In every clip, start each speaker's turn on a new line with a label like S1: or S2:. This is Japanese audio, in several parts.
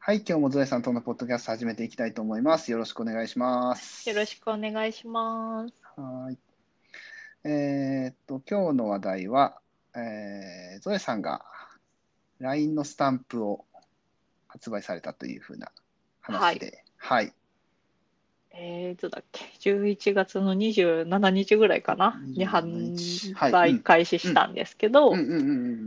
S1: はい、今日もゾエさんとのポッドキャスト始めていきたいと思います。よろしくお願いします。
S2: よろしくお願いします。
S1: はい。えーっと、今日の話題は、えー、ゾエさんが LINE のスタンプを発売されたというふうな話で、はい。
S2: えー、いつだっけ、11月の27日ぐらいかな、に
S1: 27
S2: 販
S1: はいうん
S2: 売開始したんですけど、
S1: うんうんうんう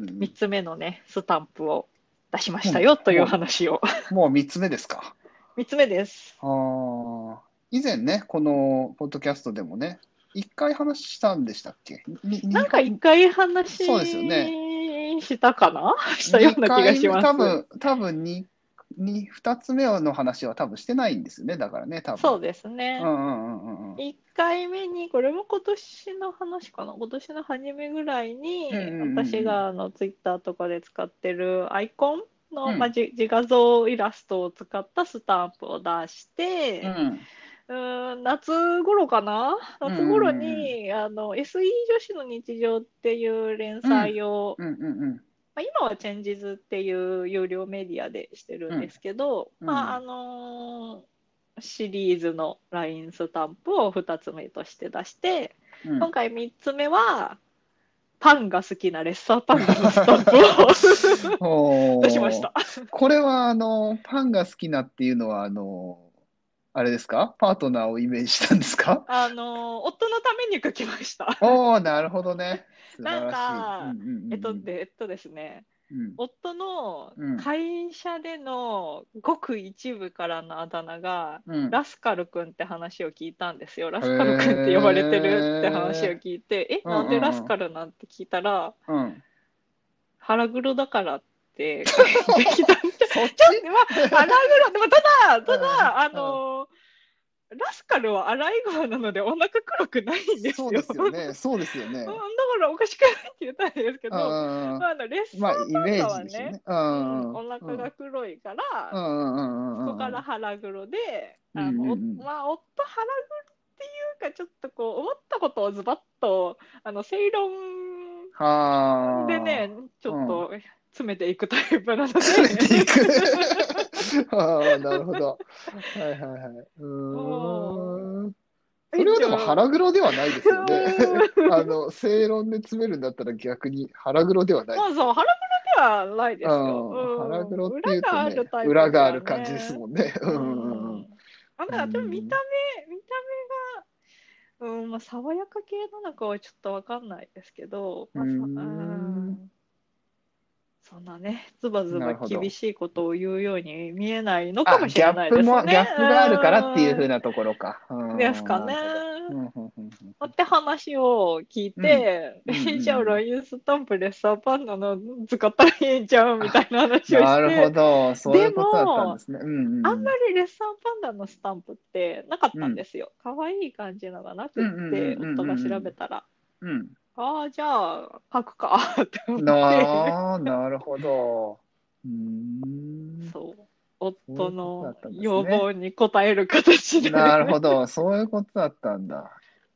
S1: んう
S2: 3つ目のね、スタンプを出しましたよという話を。
S1: ん。もう3つ目ですか。
S2: 3つ目です。
S1: あー以前ね、このポッドキャストでもね、1回話したんでしたっけに
S2: なんか一回話
S1: そうですよ
S2: したかなしたような気がします。
S1: 二回目多分、多分に、に、二つ目の話は多分してないんですよね。だからね、多分。
S2: そうですね
S1: う。んうんうんうんうん。
S2: 1回目に、これも今年の話かな、今年の初めぐらいに
S1: うんうんうんうん、
S2: 私があのツイッターとかで使ってるアイコン
S1: う
S2: の、
S1: ん
S2: まあ、じ自画像イラストを使ったスタンプを出して、うーん夏頃かな夏頃に、あの SE 女子の日常っていう連載を、
S1: うんうんうん
S2: まあ、今はチェンジズっていう有料メディアでしてるんですけど、
S1: うん
S2: まああのーシリーズの LINE スタンプを2つ目として出して、
S1: うん。
S2: 今回3つ目はパンが好きなレッサーパンダのスタ ンプを
S1: おー
S2: 出しました。
S1: これは、あの、パンが好きなっていうのは、あの、あれですかパートナーをイメージしたんです か
S2: あのー夫のために書きました。
S1: おおなるほどね。素晴らしい。
S2: なん
S1: うんうんうん
S2: えっと、でえっとですね、
S1: うん
S2: 夫の
S1: うん
S2: 会社でのごく一部からのあだ名が、
S1: うん
S2: ラスカル君って話を聞いたんですよ。ラスカル君って呼ばれてるって話を聞いて、え、
S1: うんうんうん
S2: なんでラスカルなんて聞いたら、
S1: うん。
S2: 腹黒だからって返ってきたんで
S1: そっち
S2: でまあ、腹黒、でもただ、ただ、あ
S1: うん
S2: のーラスカルはアライグマなのでお腹黒くないんですよ。
S1: そうですよね。そうですよね
S2: うん。だからおかしくないって言ったんですけど、
S1: うん
S2: ま
S1: うんうん
S2: あ、あのレッサ
S1: まあ、
S2: ー
S1: イ
S2: パン
S1: メ
S2: ダ
S1: ー
S2: は
S1: ジですよ
S2: ね、
S1: ね。うん
S2: うんお腹が黒いから、
S1: うんうんうんうんうんうん
S2: そこから腹黒で、
S1: うん
S2: あのお
S1: うんうん
S2: まあ、夫腹黒っていうか、ちょっとこう、思ったことをズバッと、あの、正論
S1: はあ。
S2: でね、ちょっと詰めていくタイプなので、
S1: 連れていく。ああ、なるほど。はいはいはい。うーん。それはでも腹黒ではないですよね。あの、正論で詰めるんだったら逆に腹黒ではない。
S2: まあそう、腹黒ではないですよ。
S1: うん
S2: うん
S1: 腹黒っていう
S2: 裏が
S1: と
S2: あ
S1: ね
S2: るタイ、プ
S1: 裏がある感じです
S2: ん。
S1: もんね。う
S2: うん
S1: うんうん。
S2: あまあ、でも見た目、見た目が、うん、まあ、爽やか系なのかはちょっとわかんないですけど、まあ、そ
S1: うん
S2: うんそんなね、ズバズ
S1: な
S2: バ
S1: るほど
S2: 厳しいことを言うように見えないのか
S1: あ、
S2: もし
S1: ギ
S2: れ
S1: ャ
S2: な
S1: ッ
S2: い
S1: プ
S2: です
S1: も、
S2: ね。
S1: ギャップがあるからっていうふう
S2: う
S1: なところか。うんん
S2: ですかね。
S1: うんうんうんうん
S2: って話を聞いて、
S1: うんうんうん
S2: えじゃあ LINE スタンプレッサーパンダの使ったらいいんちゃうみたいな話をして。
S1: なるほど、そういうことだったんですね。うんうん
S2: あんまりレッサーパンダのスタンプってなかったんですよ。可愛い感じのがなく
S1: うんうん
S2: って、
S1: うんうんうん
S2: 夫が調べたら、
S1: うん。
S2: ああ、じゃあ、書くかって思って、
S1: なあ、なるほど。うーん。
S2: そう、夫
S1: そういうことだ
S2: の
S1: ったんですね
S2: 要望に応える形で。
S1: なるほど、そういうことだったんだ。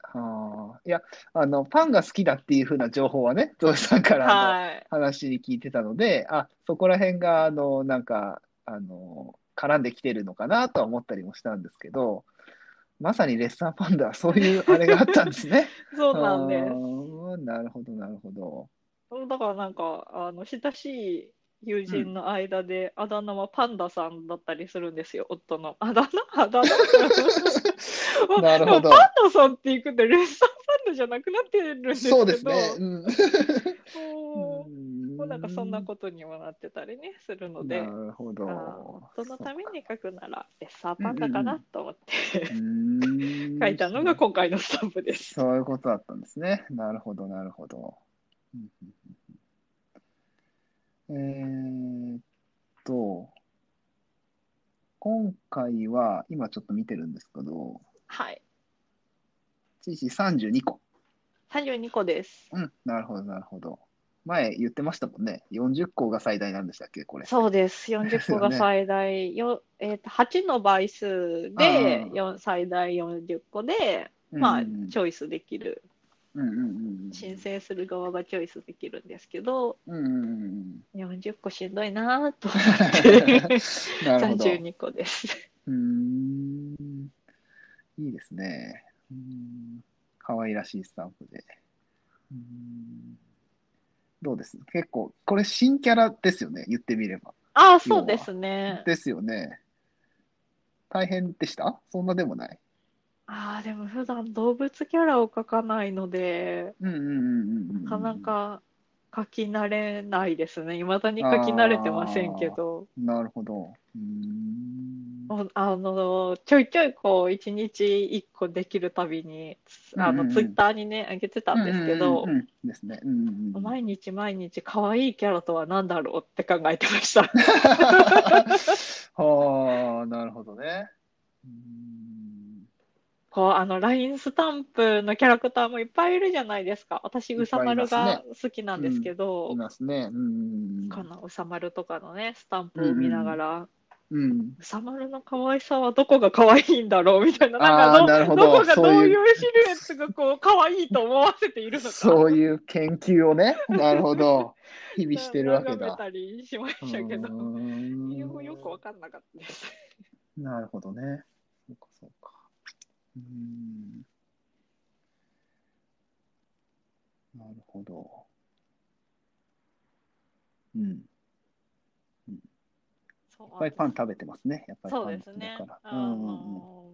S1: はあ、いや、あの、パンが好きだっていうふうな情報はね、ゾウさんからの
S2: はい。
S1: 話に聞いてたので、あ、そこら辺が、あの、なんか、あの、絡んできてるのかなとは思ったりもしたんですけど、まさにレッサーパンダはそういうあれがあったんですね。
S2: そうなんです
S1: あ。ーなるほど、なるほど。
S2: だからなんか、あの、親しい友人の間で、あだ名はパンダさんだったりするんですよ、夫の。あだ名あだ名
S1: なるほ ど
S2: パンダさんっていくんで、レッサーパンダじゃなくなってるんですけど。
S1: そうですね。うん。
S2: もうもうなんかそんなことにもなってたりね、するので、
S1: なるほど。
S2: あー夫のために書くなら、レッサー
S1: か
S2: パンダかなと思って、書
S1: 書
S2: いたのが今回のスタンプです。
S1: そういうことだったんですね。なるほど、なるほど。うんうんうんえーっと、今回は、今ちょっと見てるんですけど、
S2: はい。
S1: チーシー32個。
S2: 32個です。
S1: うん、なるほど、なるほど。前言ってましたもんね。40個が最大なんでしたっけ、これ。
S2: そうです。40個が最大、よえー、と8の倍数で
S1: うん
S2: よん最大40個で、
S1: うん
S2: まあ、チョイスできる
S1: うんうんうん
S2: 申請する側がチョイスできるんですけど
S1: うんうんうん
S2: 40個しんどいなぁと思って
S1: なるほど。う
S2: 32個です。
S1: ーん。いいですね。うーん可愛らしいスタンプで。うーんどうです結構、これ新キャラですよね、言ってみれば。
S2: ああそうですね。
S1: ですよね。大変でしたそんなでもない。
S2: ああでも普段動物キャラを描かないので
S1: うんうんうんうん。
S2: なかな。か描き慣れないですね。未だに描き慣れてませんけど。
S1: なるほど。うーん。
S2: もうあのちょいちょいこう1日1個できるたびにあ
S1: うんうんう
S2: の
S1: ん
S2: ツイッターにね上げてたんですけ
S1: う
S2: ど
S1: んうんうんうんですね。うんうんうん。
S2: 毎日毎日可愛いキャラとは何だろうって考えてました。
S1: はあ、なるほどね。うーん
S2: こうあの LINE スタンプのキャラクターもいっぱいいるじゃないですか。私
S1: いっ
S2: うさ
S1: ぱいい
S2: ま
S1: ま
S2: る
S1: すね
S2: が好きなんですけど、
S1: いますね。うんうんうん。
S2: このうさまるとかのねスタンプを見ながら、う
S1: うん。
S2: さまるの可愛さはどこが可愛いんだろうみたいななん
S1: あー
S2: かど
S1: なるほど
S2: どこがど
S1: そう
S2: う
S1: いう
S2: いうシルエットがこう可愛いと思わせているのか
S1: そういう研究を ね、なるほど。日々してるわけ
S2: 眺め
S1: だ。
S2: たりしまし
S1: う
S2: たけど、
S1: ーん
S2: 理由もよくわかんなかったです。
S1: なるほどね。そうか、そうか。うーん。なるほど。うん。いっ
S2: そう
S1: ぱいパン食べてますね。やっぱりパン
S2: そ
S1: 好
S2: うで
S1: き
S2: すね。
S1: だから。
S2: あ
S1: うんうんうん。
S2: の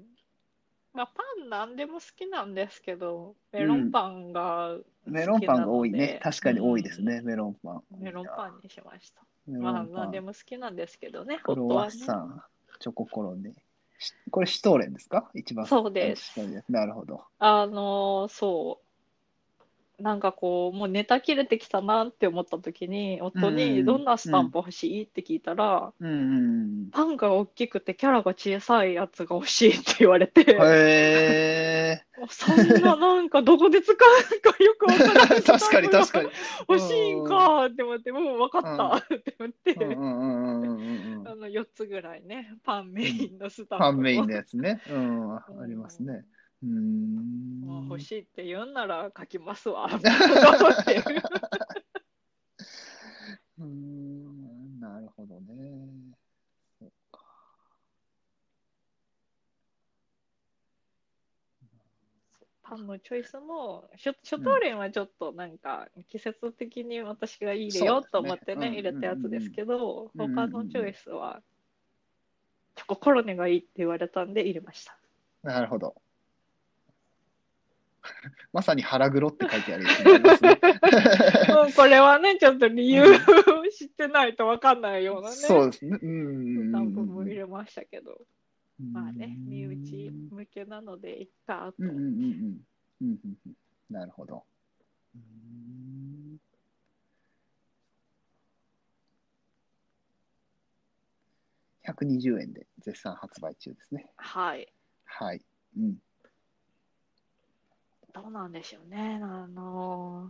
S2: まあ、パンなんでも好きなんですけど、メロンパンが、
S1: メロンパンが多い
S2: 好きなの
S1: ね
S2: で。
S1: 確かに多いですね、メロンパン。
S2: メロンパンにしました。
S1: ン。メロン
S2: ま
S1: パ
S2: あ、
S1: ン。
S2: なんでも好きなんですけどね、
S1: クロ
S2: 夫
S1: ワ
S2: は
S1: ッ
S2: ね
S1: サ。ン、チョココロネ。しこれシュトーレンですか一番
S2: そうです。
S1: なるほど。
S2: あの、そう。なんかこう、もうネタ切れてきたなって思った時に、夫
S1: うんう
S2: に
S1: ん
S2: どんなスタンプ欲しいって聞いたら、
S1: うんうん
S2: パンが大きくてキャラが小さいやつが欲しいって言われて、
S1: うん。へえ。
S2: そんななんかどこで使うかよくわからない。
S1: 確かに確かに。
S2: 欲しいんかって思って、もう分かったって思って、
S1: うんうんうんうんうんう
S2: あ
S1: ん。
S2: の4つぐらいね、パンメインのスタンプ
S1: パンメイン
S2: を
S1: のやつね。うん、あ
S2: うん
S1: りますね。うーん。
S2: もう欲しいって言うんなら書きます わ、みたいなことっていう
S1: うーん、なるほどね。そっか。
S2: パンのチョイスも、初初冬連はちょっとなんか、季節的に私がいいでよと思ってね、
S1: そうですね
S2: 入れたやつですけど、
S1: うんうんうん
S2: 他のチョイスは、チョココロネがいいって言われたんで入れました。
S1: なるほど。 まさに腹黒って書いてあるやつになりますね。
S2: もうこれはね、ちょっと理由
S1: う
S2: を
S1: ん
S2: 知ってないと分かんないようなね。
S1: そうですね。うん。
S2: スタンプも入れましたけど、まあね、身内
S1: うん
S2: 向けなので、いっか
S1: うんうんうん
S2: と。
S1: うん。うんうんうんなるほど。うん120円で絶賛発売中ですね。
S2: はい。
S1: はい。うん。
S2: どうなんでしょうね。あのー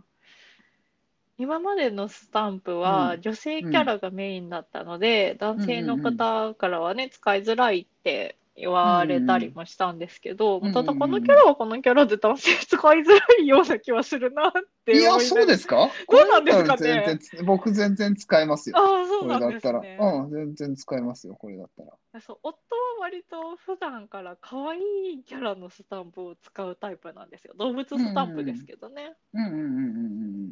S2: 今までのスタンプは
S1: うん
S2: 女性キャラがメインだったので、男性の方からはね、使いづらいって言われたりもしたんですけど、
S1: うんうん
S2: ただこのキャラはこのキャラで男性使いづらいような気はするなって
S1: い
S2: 思
S1: や、
S2: い。
S1: そうですすか
S2: どうなんですか
S1: これだったら
S2: ね。
S1: 全然、僕全然使えます
S2: ああ
S1: よ。、
S2: そう
S1: こ
S2: な
S1: れだ
S2: ん
S1: っ
S2: で
S1: た
S2: す
S1: ら。
S2: ね。
S1: うん、全然使えますよ、これだったら。
S2: そう、夫は割と普段から可愛いキャラのスタンプを使うタイプなんですよ。動物スタンプですけどね。
S1: うんうんうんうんうん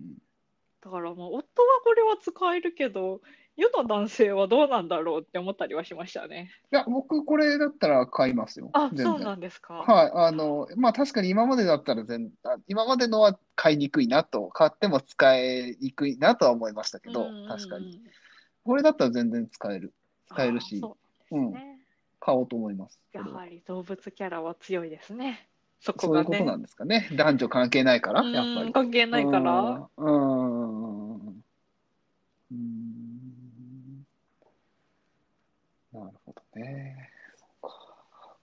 S2: だからもう夫はこれは使えるけど、世の男性はどうなんだろうって思ったりはしましたね。
S1: いや、僕、これだったら買いますよ。
S2: あ、
S1: 全
S2: そう
S1: 然。
S2: なんですか。
S1: はい。あの、まあ、確かに今までだったら全、あ今までのは買いにくいなと、買っても使いにくいなとは思いましたけど、確かに。
S2: に。
S1: これだったら全然使える。使える
S2: あ
S1: し、、
S2: そううんね。
S1: 買おうと思います。
S2: や
S1: これは
S2: はり動物キャラは強いですね。そこ
S1: そうい
S2: が
S1: うこ
S2: ね。
S1: となんですかね。男女関係ないから、やっぱ
S2: うん
S1: り。
S2: 関係ないから。
S1: うん。うん。うんなるほどね。そうか。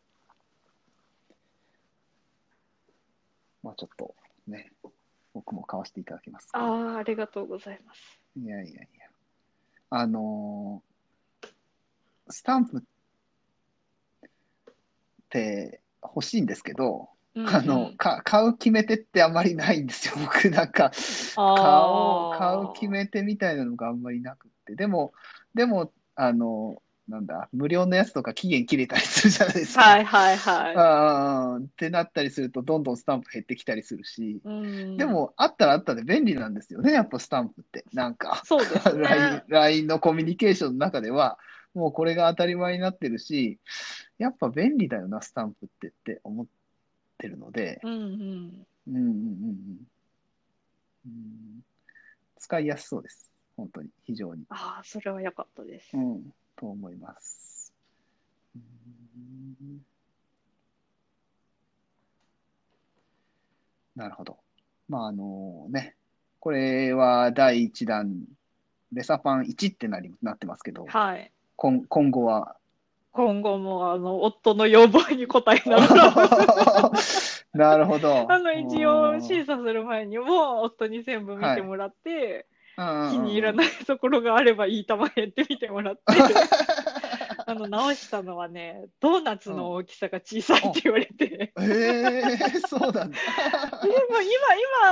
S1: まあちょっとね、僕も買わせていただきます。
S2: ああ、ありがとうございます。
S1: いやいやいや。あのースタンプって欲しいんですけど、
S2: うん
S1: あの、か、買う決め手ってあんまりないんですよ。僕なんか、買お
S2: あ
S1: う、
S2: ー
S1: 買う決め手みたいなのがあんまりなくって。でも、でも、あの、なんだ、無料のやつとか期限切れたりするじゃないですか。
S2: はいはいは
S1: あーってなったりすると、どんどんスタンプ減ってきたりするし、
S2: い。うん
S1: で、も、あったらあったで便利なんですよね、やっぱスタンプって。なんか、
S2: そうで すね。
S1: LINE、LINE のコミュニケーションの中では、もうこれが当たり前になってるし、やっぱ便利だよな、スタンプってって思ってるので、
S2: うんうん。
S1: うんうんうんうん。うん使いやすそうです。本当に、非常に。
S2: ああ、それは良かったです
S1: う。ん、と思います。うんなるほど。まあ、あのね、これは第1弾、レサパン1ってなりなってますけど、
S2: はい。
S1: 今今後は。
S2: 今後も、あの、夫の要望に応えながら。
S1: なるほど。
S2: あの、一応、審
S1: ー
S2: 査する前にも、夫に全部見てもらって、
S1: ズ
S2: 気に入らないところがあればいい玉減って見てもらって、 あの、直したのはね、ドーナツの大きさが小さいって言われ て、
S1: えー、そうなんだ。
S2: でも今、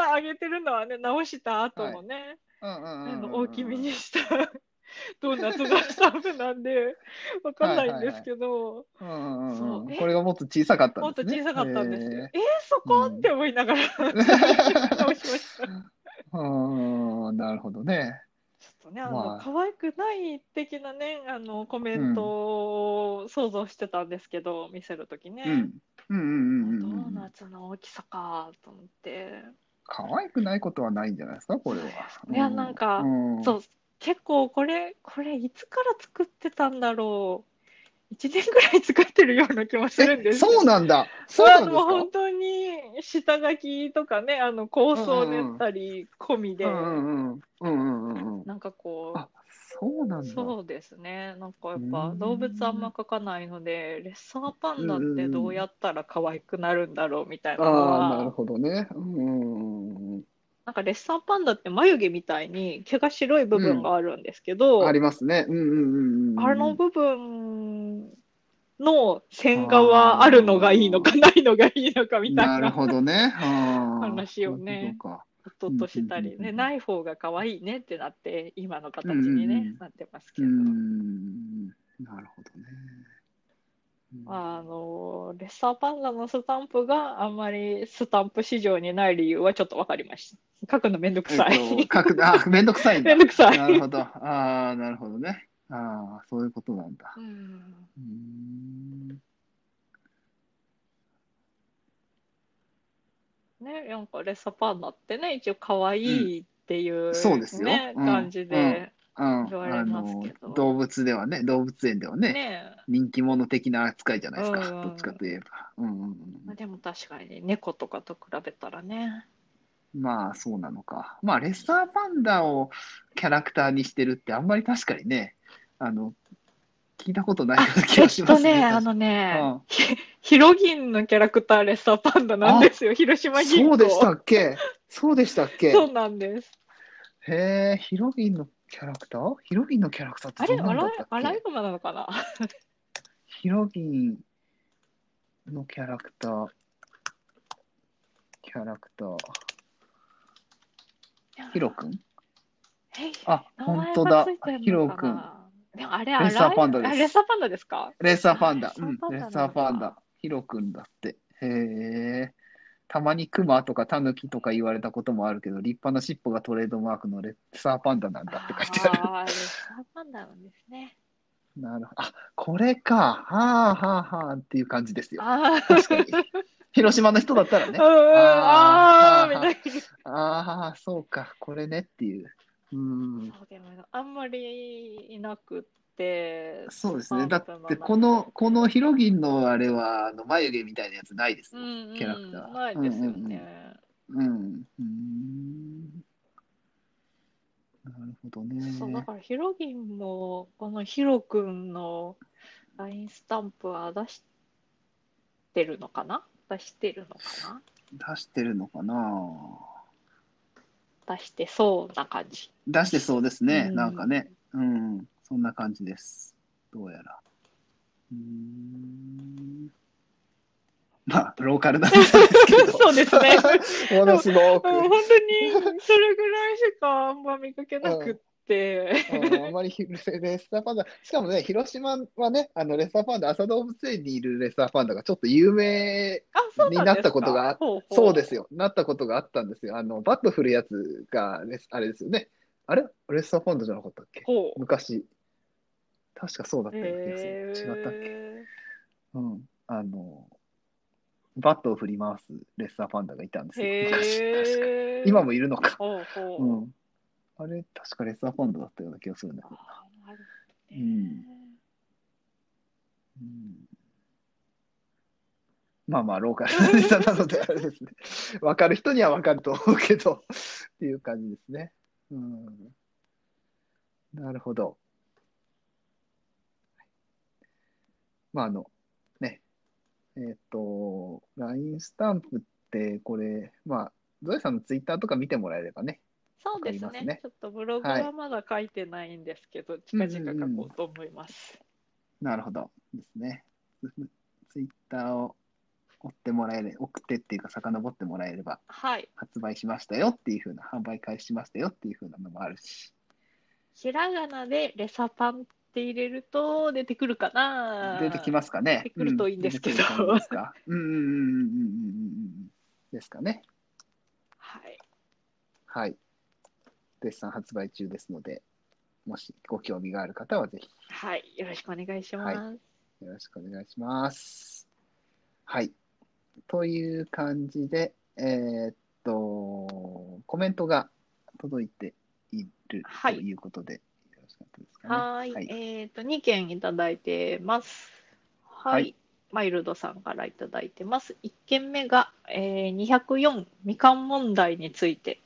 S2: 今あげてるのはね、直した後のね、
S1: うんうんうん
S2: あ
S1: うんうん
S2: の大きめにした ドーナツのスタンプなんでわかんないんですけど、
S1: うんうんうん
S2: そう
S1: うん
S2: え
S1: これがもっと小さかったん
S2: もっと
S1: ですね。
S2: 小さかったんです
S1: へ
S2: よ
S1: ー。
S2: えーそこ、
S1: うん
S2: って思いなが ら直しました。ちょ
S1: うーん、なるほどね。
S2: っとね、あ
S1: まあ
S2: の可愛くない的なね、あのコメントを想像してたんですけど、見せるときね、
S1: うん。うんうんうん
S2: ド
S1: うんう
S2: ー
S1: ん。
S2: ナツの大きさかと思って、
S1: 可愛くないことはないんじゃないですか、これは。
S2: いや
S1: う
S2: なんか
S1: うん
S2: そう結構これこれいつから作ってたんだろう、1年ぐらい使ってるような気もするんで
S1: え、
S2: すけど
S1: そうなんだ。そう
S2: まあ
S1: な
S2: で
S1: ん
S2: も本当に下書きとかねあの構想だったり込み
S1: で
S2: で、
S1: すか。うんうんうんうんうんうん。
S2: なんかこ
S1: あ、そうな
S2: うん
S1: だ。
S2: そうですねなんかやっ
S1: う
S2: ぱ
S1: ん
S2: 動物あんま描かないのでレッサーパンダってどうやったら可愛くなるんだろうみたいなの
S1: ああ、なる
S2: は
S1: ほどね。うんうんうん
S2: なんかレッサーパンダって眉毛みたいに毛が白い部分があるんですけど、
S1: うん。ありますね。うんうんうんうん。
S2: あの部分の線画はあるのがいいのかないのがいいのかみたい
S1: なる
S2: な
S1: ほどね。あー
S2: 話をね。
S1: そういうことか
S2: 夫としたり
S1: うんうんうんう
S2: ね、
S1: ん
S2: ない方が可愛いねってなって、今の形に
S1: うんうんう
S2: ね
S1: ん、
S2: なってます
S1: う
S2: け
S1: ー
S2: ど。
S1: ん。なるほどね。うん
S2: あの、レッサーパンダのスタンプがあんまりスタンプ市場にない理由はちょっとわかりました。書くのめんどくさ
S1: え っ
S2: い。
S1: と、書く、あ、めんどくさいんだ
S2: め ん。どくさ
S1: なる
S2: い。
S1: ほど。ああ、なるほどね。ああ、そういうことなんだ。
S2: うん
S1: うーん。
S2: ね、なんかレッサーパンダってね、一応可愛いっていう
S1: そうですよ
S2: ね、
S1: うん
S2: 感じで、
S1: うん、
S2: 言わ
S1: あ
S2: れます
S1: の
S2: けど
S1: 動物ではね、動物園ではね、
S2: ね。
S1: 人気者的な扱いじゃないですか、
S2: うんうん
S1: どっちかといえば。うんうん
S2: まあでも確かに猫とかと比べたらね。
S1: うん、まあ、そうなのか。まあ、レッサーパンダをキャラクターにしてるって、あんまり確かにね、あの、聞いたことないような気
S2: え
S1: が
S2: っ
S1: しま
S2: と
S1: すね。
S2: ね、あ
S1: 確か
S2: のね、
S1: うん
S2: ヒロギンのキャラクターレッサーパンダなんですよ、広島銀行。
S1: そうでしたっけそうでしたっけ
S2: そうなんです。
S1: へえ、ヒロインのキャラクターヒロインのキャラクター
S2: あ
S1: って
S2: れ、
S1: どん
S2: ア
S1: なんだ
S2: ラ
S1: っ
S2: イ
S1: たっ
S2: アライ
S1: け
S2: グマなのかな
S1: ヒロインのキャラクター。キャラクター。ヒロくん
S2: え
S1: あ、
S2: 名
S1: 本
S2: 前
S1: 当
S2: が
S1: だ
S2: ついてん。
S1: ヒロ
S2: のか
S1: くん。
S2: なでもあれ、
S1: レッサーパンダです
S2: あレッサーパンダですか
S1: レッサーパンダ。うん、
S2: あ
S1: レ
S2: レ
S1: ッサ
S2: ッサ
S1: ー
S2: ー
S1: パ
S2: パ
S1: ン
S2: ンダなんだ
S1: ダ。ヒロくんだって。へえ。たまにクマとかタヌキとか言われたこともあるけど、立派な尻尾がトレードマークのレッサーパンダなんだって書いてある。
S2: あーレッサーパンダなんですね。
S1: なるほど。あ、これか。はあはあはあっていう感じですよ。
S2: あー
S1: 確かに。 広島の人だったらね
S2: う。んうんあー
S1: あー
S2: みたいな。
S1: ああ、そうか、これねっていう。うん。
S2: そうでもあんまりいなくって、
S1: そうですね。
S2: パ
S1: だ
S2: ン
S1: っ
S2: ダ
S1: て、
S2: の
S1: この、このヒロギンのあれは、あの、眉毛みたいなやつないです
S2: う
S1: も
S2: ん
S1: ん。
S2: うん
S1: キャラクター
S2: ないですよね。
S1: うん。うん。なるほど
S2: そうだ
S1: ね。
S2: からヒロギンもこのヒロ君の LINE スタンプは出してるのかな出してるのか
S1: 出してるのかな
S2: な出してそうな感 じ。
S1: 出してそうですね。
S2: うん
S1: なんかね。うん。そんな感じです。どうやら。うーん。まあ、ローカルだったんですけど。
S2: そうですね。
S1: ものすごく。
S2: うん本当にそれぐらいしかあんま見かけなくって。
S1: うんあまりひレッサーパンダ、しかもね、広島はね、あのレッサーパンダ、朝動物園にいるレッサーパンダがちょっと有名、
S2: あ、そうなんですか
S1: になったことがあ
S2: ほうほう
S1: そうですよ、なったことがあったんですよ。あの、バット振るやつがレス、あれですよね。あれレッサーパンダじゃなかったっけ
S2: ほう。
S1: 昔。確かそうだったような気がす
S2: へ
S1: る。
S2: ー
S1: 違ったっけうん。あの、バットを振り回すレッサーパンダがいたんですよ。昔。確か。
S2: へー
S1: 今もいるのか。
S2: ほうほう。
S1: うん。あれ、確かレッサーパンダだったような気がするんだけどな。
S2: あなるほど
S1: う
S2: ね
S1: んうんまあまあ、ローカルなネタなので、あれですね。わかる人にはわかると思うけど、っていう感じですね。うん。なるほど。まあ、あの、ね。えっ、と、LINE スタンプって、これ、まあ、ゾエさんのツイッターとか見てもらえればね。
S2: そうです
S1: わかりま
S2: ね
S1: すね
S2: ちょっとブログはまだ書いてないんですけど、近々書こうと思います。
S1: なるほど。ですね。ツイッターを追ってもらえれ、送ってっていうか、遡ってもらえれば。
S2: はい。
S1: 発売しましたよっていう風な、販売開始しましたよっていう風なのもあるし。
S2: ひらがなでレサパンって入れると出てくるかな。
S1: 出てきますかね。
S2: 出てくるといいんですけど
S1: う出てくる感じですか。うんうんうんうんうんうんうん。ですかね。
S2: はい。
S1: はい。絶賛発売中ですので、もしご興味がある方はぜひ
S2: はい。よろしくお願いします。
S1: よろしくお願いします。はい。という感じで、えーっと、コメントが届いていると
S2: はい
S1: いうことで、よろしかったですかね。
S2: はい
S1: はい
S2: えっ、と、2件いただいてます。はい。
S1: はい
S2: マイルドさんからいただいてます。1件目が、えー、204みかん問題について。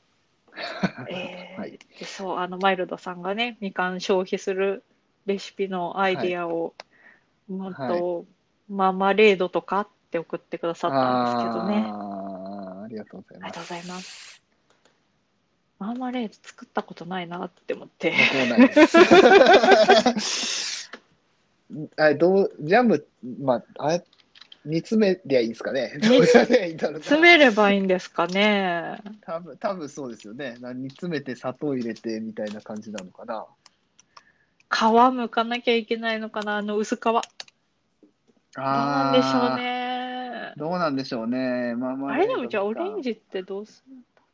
S2: えー
S1: はい
S2: でそう、あの、マイルドさんがね、みかん消費するレシピのアイディアを、もっと、マーマレードとかって送ってくださったんですけどね。
S1: あーありがとうござい
S2: あ
S1: ます。
S2: りがとうございます。マーマレード作ったことないなって思って。
S1: 僕もない です。あれどうジャム、まあ、あれ煮詰めりゃいいんですか ね。どうやりゃいいんだろうな
S2: 詰めればいいんですかね。
S1: 多分多分そうですよね。な煮詰めて砂糖入れてみたいな感じなのかな。
S2: 皮むかなきゃいけないのかなあの薄皮。どうなんでしょう
S1: あ
S2: ね
S1: ー。どうなんでしょうね。まあまあ。
S2: あれでもじゃあオレン
S1: ジ。
S2: ジってどうするんだろ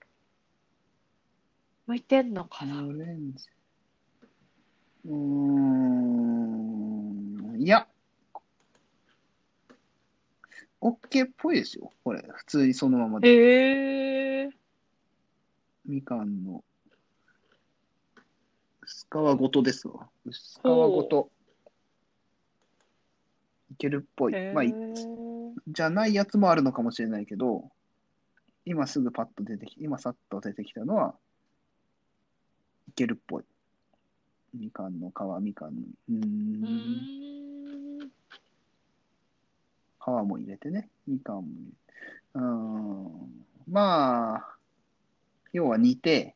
S2: う。剥いてんの
S1: オ
S2: か
S1: レ
S2: な
S1: ンジ。うーん。いや。オッケーっぽいですよ。これ、普通にそのままで。
S2: ええー。
S1: みかんの薄皮ごとですわ。薄皮ごと。いけるっぽい。
S2: えー
S1: まあ、いじゃないやつもあるのかもしれないけど、今すぐパッと出てき、今さっと出てきたのは、いけるっぽい。みかんの皮、みかんの。うー
S2: うー
S1: ん。
S2: ん
S1: 皮も入れてね。みかんも入れて。うーん。まあ、要は煮て、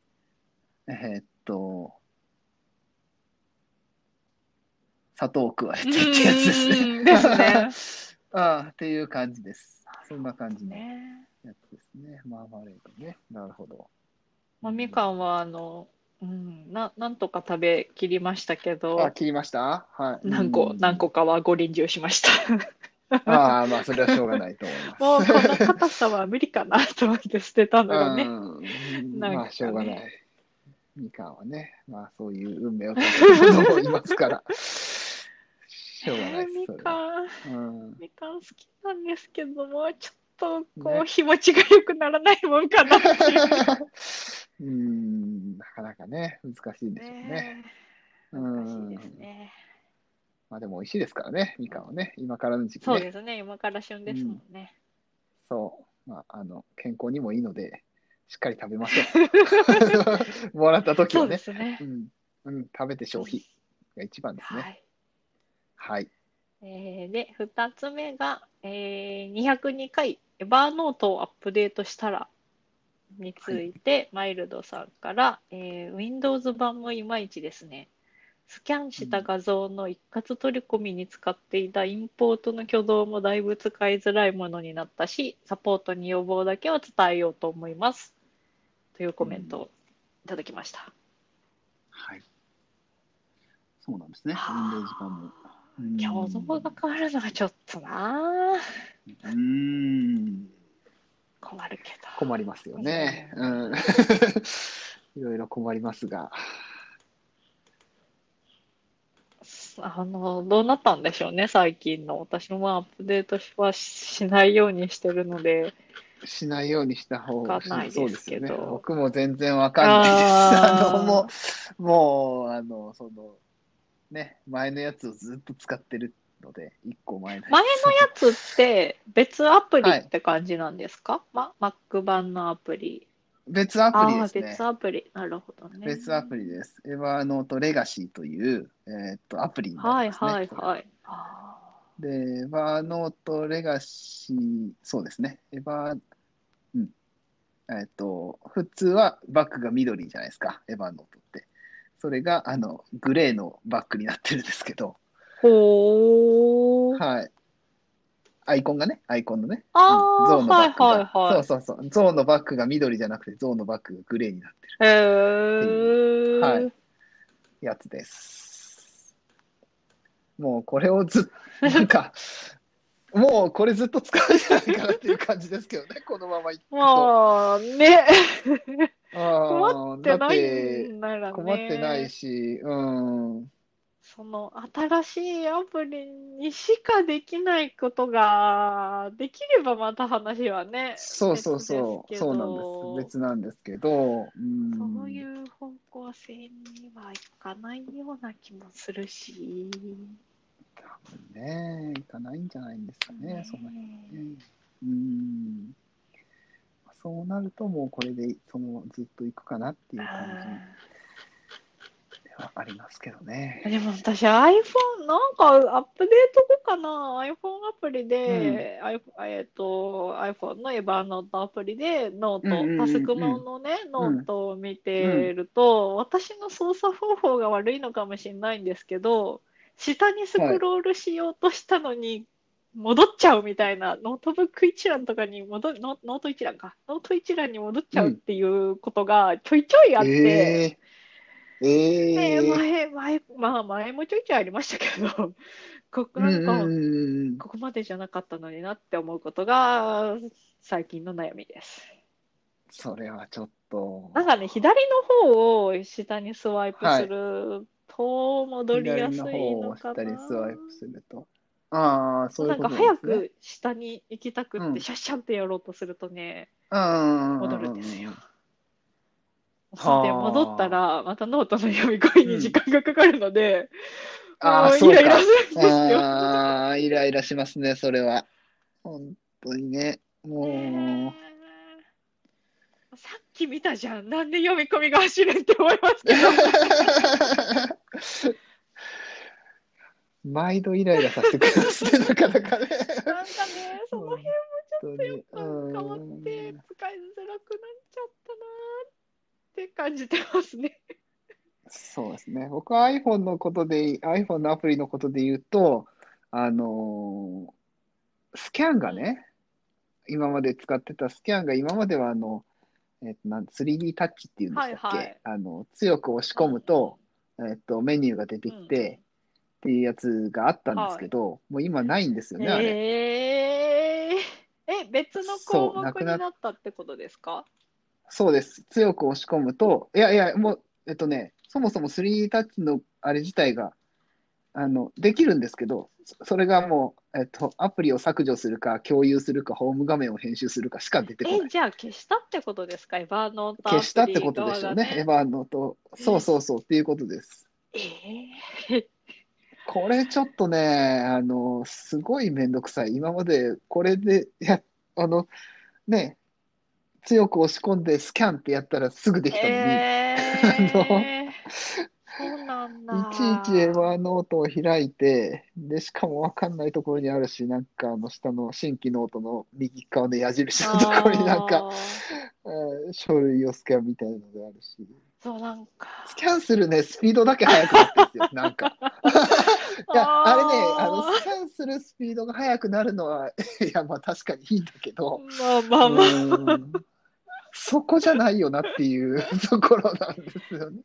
S1: えーっと、砂糖を加えてってやつですね。
S2: うーんですね
S1: ああ、っていう感じです。そんな感じのや
S2: ね
S1: つですね。マーマレードね。なるほど。
S2: まあ、みかんはあの、うん、ななんとか食べきりましたけ
S1: あ、
S2: ど、
S1: 切りましたはい。
S2: 何個、何個かはご臨終しました。
S1: うんああ、まあ、それはしょうがないと思います。
S2: もうこの硬さは無理かなと思って捨てたのがね。
S1: うん
S2: なんかね
S1: まあ、しょうがない。みかんはね、まあ、そういう運命を感じる人もいますから。しょうがないです。
S2: み
S1: それは
S2: かん、
S1: うん、
S2: みかん好きなんですけども、ちょっとこう、
S1: ね
S2: 日持ちが良くならないもんかなっていう
S1: うん、 なかなかね、難しいんでしょうね。
S2: ね。
S1: うん
S2: 難しいですね。
S1: まあ、でも美味しいですからね、みかんはね、今からの時期
S2: そう
S1: ね。
S2: ですね、今から旬ですもんね。
S1: そう。まあ、あの、健康にもいいので、しっかり食べましょ う。もらった時
S2: そ
S1: は
S2: うで
S1: ね。
S2: すね
S1: う。ん、うん、食べて消費が一番です
S2: は
S1: ね。
S2: い。
S1: はい。
S2: えーで、2つ目が、えー202回、エバーノートをアップデートしたらについて、マイルドさんから、えー Windows 版もいまいちですね。スキャンした画像の一括取り込みに使っていたインポートの挙動もだいぶ使いづらいものになったし、サポートに要望だけは伝えようと思います。というコメントをいただきました。
S1: はい。そうなんですね。
S2: はあ
S1: Windows 版も。うん
S2: 挙動が変わるのはちょっとなあ
S1: うーん。
S2: 困るけど。
S1: 困りますよね。うん。 いろいろ困りますが。
S2: あの、どうなったんでしょうね、最近の。私もアップデートはしないようにしてるので。
S1: しないようにした方
S2: わかんない
S1: そう
S2: で
S1: ですす
S2: け
S1: よ
S2: ど
S1: ね。僕も全然わかんないです。
S2: あー
S1: あの、もう、もう、あの、その、ね、前のやつをずっと使ってるので、一個前の
S2: 前のやつって別アプリって感じなんですか、ま、Mac 版のアプリ。
S1: 別アプリ
S2: あ
S1: で
S2: あ、
S1: すね
S2: 別。アプリ。なるほどね。
S1: 別アプリです。エヴァノートレガシーという、えーっと、アプリにな
S2: は
S1: り
S2: い
S1: ますね。
S2: はいはい。あ
S1: で、エヴァノートレガシー、そうですね。エヴァ、うん。えっと、普通はバックが緑じゃないですか、エヴァノートって。それが、あの、グレーのバックになってるんですけど、
S2: ーほー。
S1: はい。アイコンがね、アイコンのね、
S2: あ
S1: うん
S2: あ、
S1: ゾウのバックが、
S2: はいはいはい
S1: そうそうそう、ゾウのバックが緑じゃなくて、ゾウのバックがグレーになってる
S2: へえ。
S1: はいやつです。もうこれをずっ、 なんか、もうこれずっと使うんじゃないかなっていう感じですけどね、 このままいくと。
S2: まあ ね、
S1: 困
S2: ってないんならね。
S1: 困ってないし、うん、
S2: その新しいアプリにしかできないことができればまた話はね、
S1: そうそうそう、
S2: 別ですけ
S1: そ
S2: ど
S1: うなんです。別なんですけど、うん、
S2: そういう方向性にはいかないような気もするし、
S1: ねえ、いかないんじゃないんですかね、その辺
S2: ね
S1: ね。うん、そうなるともうこれでそのずっと行くかなっていう感じではありますけどね。
S2: でも私 iPhone なんかアップデート後かな iPhone アプリで、アイえっと iPhone の Evernote アプリでノ
S1: うんうんうんうん
S2: ートタスクマのね
S1: う
S2: ノ
S1: ん
S2: ートを見てると私の操作方法が悪いのかもしれないんですけど下にスクロールしようとしたのに戻っちゃうみたいなノートブック一覧とかに戻ノノート一覧かノート一覧に戻っちゃうっていうことがちょいちょいあって。
S1: えー、え
S2: ね
S1: ー、
S2: 前、前、まあ前もちょいちょいありましたけど、 ここ
S1: うん
S2: な
S1: うんんう
S2: か、
S1: んうん
S2: ここまでじゃなかったのになって思うことが、最近の悩みです。
S1: それはちょっと。
S2: なんかね、左の方を下にスワイプすると戻りやすいのかな。
S1: 左の方を押したりスワイプすると。ああ、そうい
S2: な
S1: うんこと
S2: か
S1: ですね。
S2: 早く下に行きたくっ
S1: う
S2: て、
S1: ん
S2: シャッシャンってやろうとするとね、戻
S1: 戻
S2: るんですよ。。
S1: はあ
S2: で、戻ったら、またノートの読み込みに時間がかかるので、
S1: ああ、
S2: もう
S1: そう
S2: イライラ
S1: か
S2: す。るんですよ。
S1: ああ、イライラしますね、それは。本当にね。も
S2: さっき見たじゃん。なんで読み込みが走るって思いま すけど。
S1: う。 毎度イライラさせてくれますね、なかなかね。
S2: なんかね、その辺
S1: 本
S2: が変わ
S1: 当に
S2: って
S1: うん
S2: 使いづらくなっちゃったなーって感じてますね。
S1: そうですね。僕は iPhone のことで、iPhone のアプリのことで言うと、あのースキャンがね、今まで使ってたスキャンが今まではあの、えっと、なん 3D タッチっていうんでしたっけ、
S2: はいはい
S1: あの強く押し込むと、えっと、メニューが出てきてっていうやつがあったんですけど、もう今ないんですよね、あれ。
S2: えー、え、別の項
S1: そうな
S2: 目
S1: く
S2: に
S1: なっ
S2: なったってことですか
S1: そうです。強く押し込むと、いやいや、もう、えっとね、そもそも 3D タッチのあれ自体が、あの、できるんですけど、そそれがもう、えっと、アプリを削除するか、共有するか、ホーム画面を編集するかしか出てこな
S2: え、
S1: い。
S2: じゃあ消したってことですかエバーノート
S1: 消したってことでしょうね、エヴ
S2: ね。
S1: ァのと。そうそうそう、っていうことです。
S2: えー、
S1: これちょっとね、あの、すごいめんどくさい。今まで、これで、いや、あの、ね、強く押し込んでスキャンってやったらすぐできたのに、
S2: え ー、そうなんだ。
S1: いちいちエヴァノートを開いて、で、しかもわかんないところにあるし、なんかあの下の新規ノートの右側 の矢印のところになんか、
S2: あー
S1: えー書類をスキャンみたいのがあるし、
S2: そうなんか
S1: スキャンするね、スピードだけ速くなってるんですよ、なんか。いや、あれね、あの、スキャンするスピードが速くなるのは、い や、まあ確かにいいんだけど、
S2: まあまあまあ
S1: うんそこじゃないよなっていう ところなんですよね。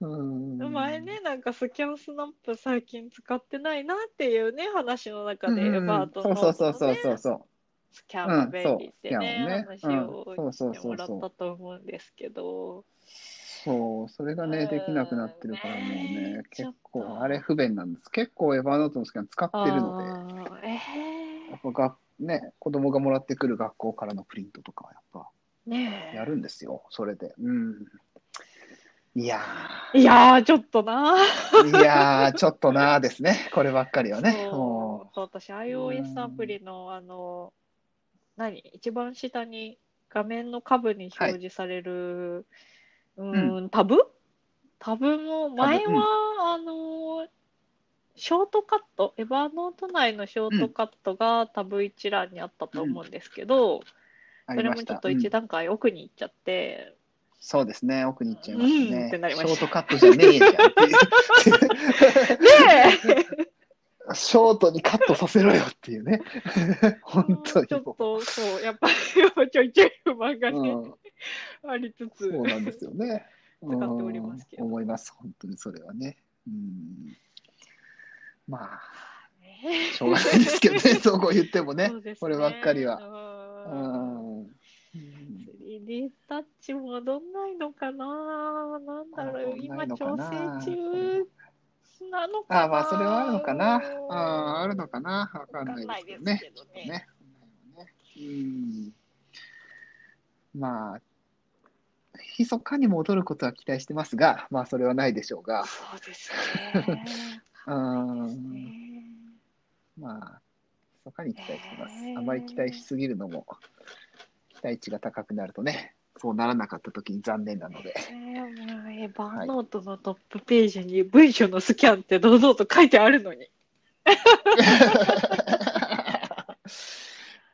S1: うん
S2: 前ねなんかスキャンスナップ最近使ってないなっていうね話の中で、
S1: うん
S2: エバート
S1: そう
S2: の
S1: そうそうそうそうそう。
S2: スキャンが便利ってね、
S1: うんそうスキャン
S2: 話
S1: をねうん
S2: をしても
S1: そうそ
S2: らっ
S1: うそうそ
S2: たと思うんですけど、
S1: そう、それがね、できなくなってるからもう
S2: う
S1: ね
S2: ん、
S1: 結
S2: ちょっ
S1: 構、
S2: と
S1: あれ不便なんです。結構、エヴァノートのスキャン使ってるので、や
S2: あーえ
S1: っぱが、ね、子供がもらってくる学校からのプリントとかはやっぱ、
S2: ー、ねえ
S1: やるんですよ、それで。うん。いや
S2: いやーちょっとな
S1: ー、いやー、ちょっとなーですね、こればっかりはね。
S2: そ
S1: も
S2: うそう私 iOS アプリのあの何一番下に画面の下部に表示される、うーんタブタブも前は、
S1: うん
S2: あのショートカットエヴァノート内のショートカットがタブ一覧にあったと思うんですけど、
S1: う、あ
S2: そ
S1: り
S2: れ
S1: ま
S2: も
S1: し
S2: ちょ
S1: た
S2: っ。と
S1: うん
S2: 一段階奥に行っちゃって、
S1: そうですね、奥に行っちゃいました
S2: うんっ
S1: ね
S2: てな。り
S1: シ
S2: ま
S1: ョ
S2: し
S1: ー
S2: た
S1: トカットじゃねえじゃんっていう
S2: で
S1: ショートにカットさせろよって いうね。本当に
S2: ちょっ
S1: もう。
S2: とそうやっぱりちょいちょい不満がね、
S1: うん
S2: ありつつ
S1: そうなんですよね。
S2: 使っておりますけど
S1: うん思います、本当にそれはね。うんまあ、
S2: ね
S1: しょうがないですけ どね、そこ言ってもね
S2: そう。ですね
S1: こればっかりはう
S2: うん
S1: ん
S2: 3D タッチ戻んないのかななんだろ
S1: 戻
S2: う、
S1: んな
S2: 今
S1: いのか
S2: 調整
S1: な
S2: 中なのか
S1: あ
S2: な
S1: あ、まあ、それはあるのかな。ああ、あるのかな。わかんないですけどね。
S2: わかんないですけどね
S1: ねうんまあ、密かに戻ることは期待してますが、まあ、それはないでしょうが。
S2: そうですね。
S1: う
S2: です
S1: ん
S2: ね
S1: まあ、密かに期待してます
S2: へ。ー
S1: あまり期待しすぎるのも、期待値が高くなるとね、そうならなかった時に残念なので。
S2: えーもうエヴァノートのトップページに文章のスキャンって堂々と書いてあるのに。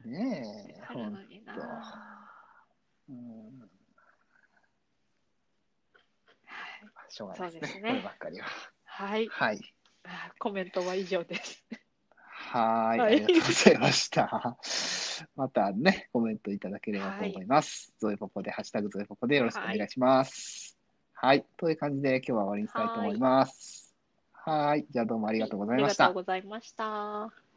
S1: ねえ、
S2: あ
S1: ほ
S2: る
S1: ん
S2: のにな。
S1: うん
S2: はい
S1: しょうがないですね。
S2: そうですね
S1: こればっかりは。
S2: はい。
S1: はい。
S2: あコメントは以上です。
S1: はーい、
S2: はい
S1: ありがとうございました。またね、コメントいただければと思います。ゾイポポで、ハッシュタグゾイポポでよろしくお願いします。はい、という感じで今日は終わりにしたいと思います。はーい、じゃあどうもありがとうございまし
S2: あ
S1: た
S2: りがとう。ございました。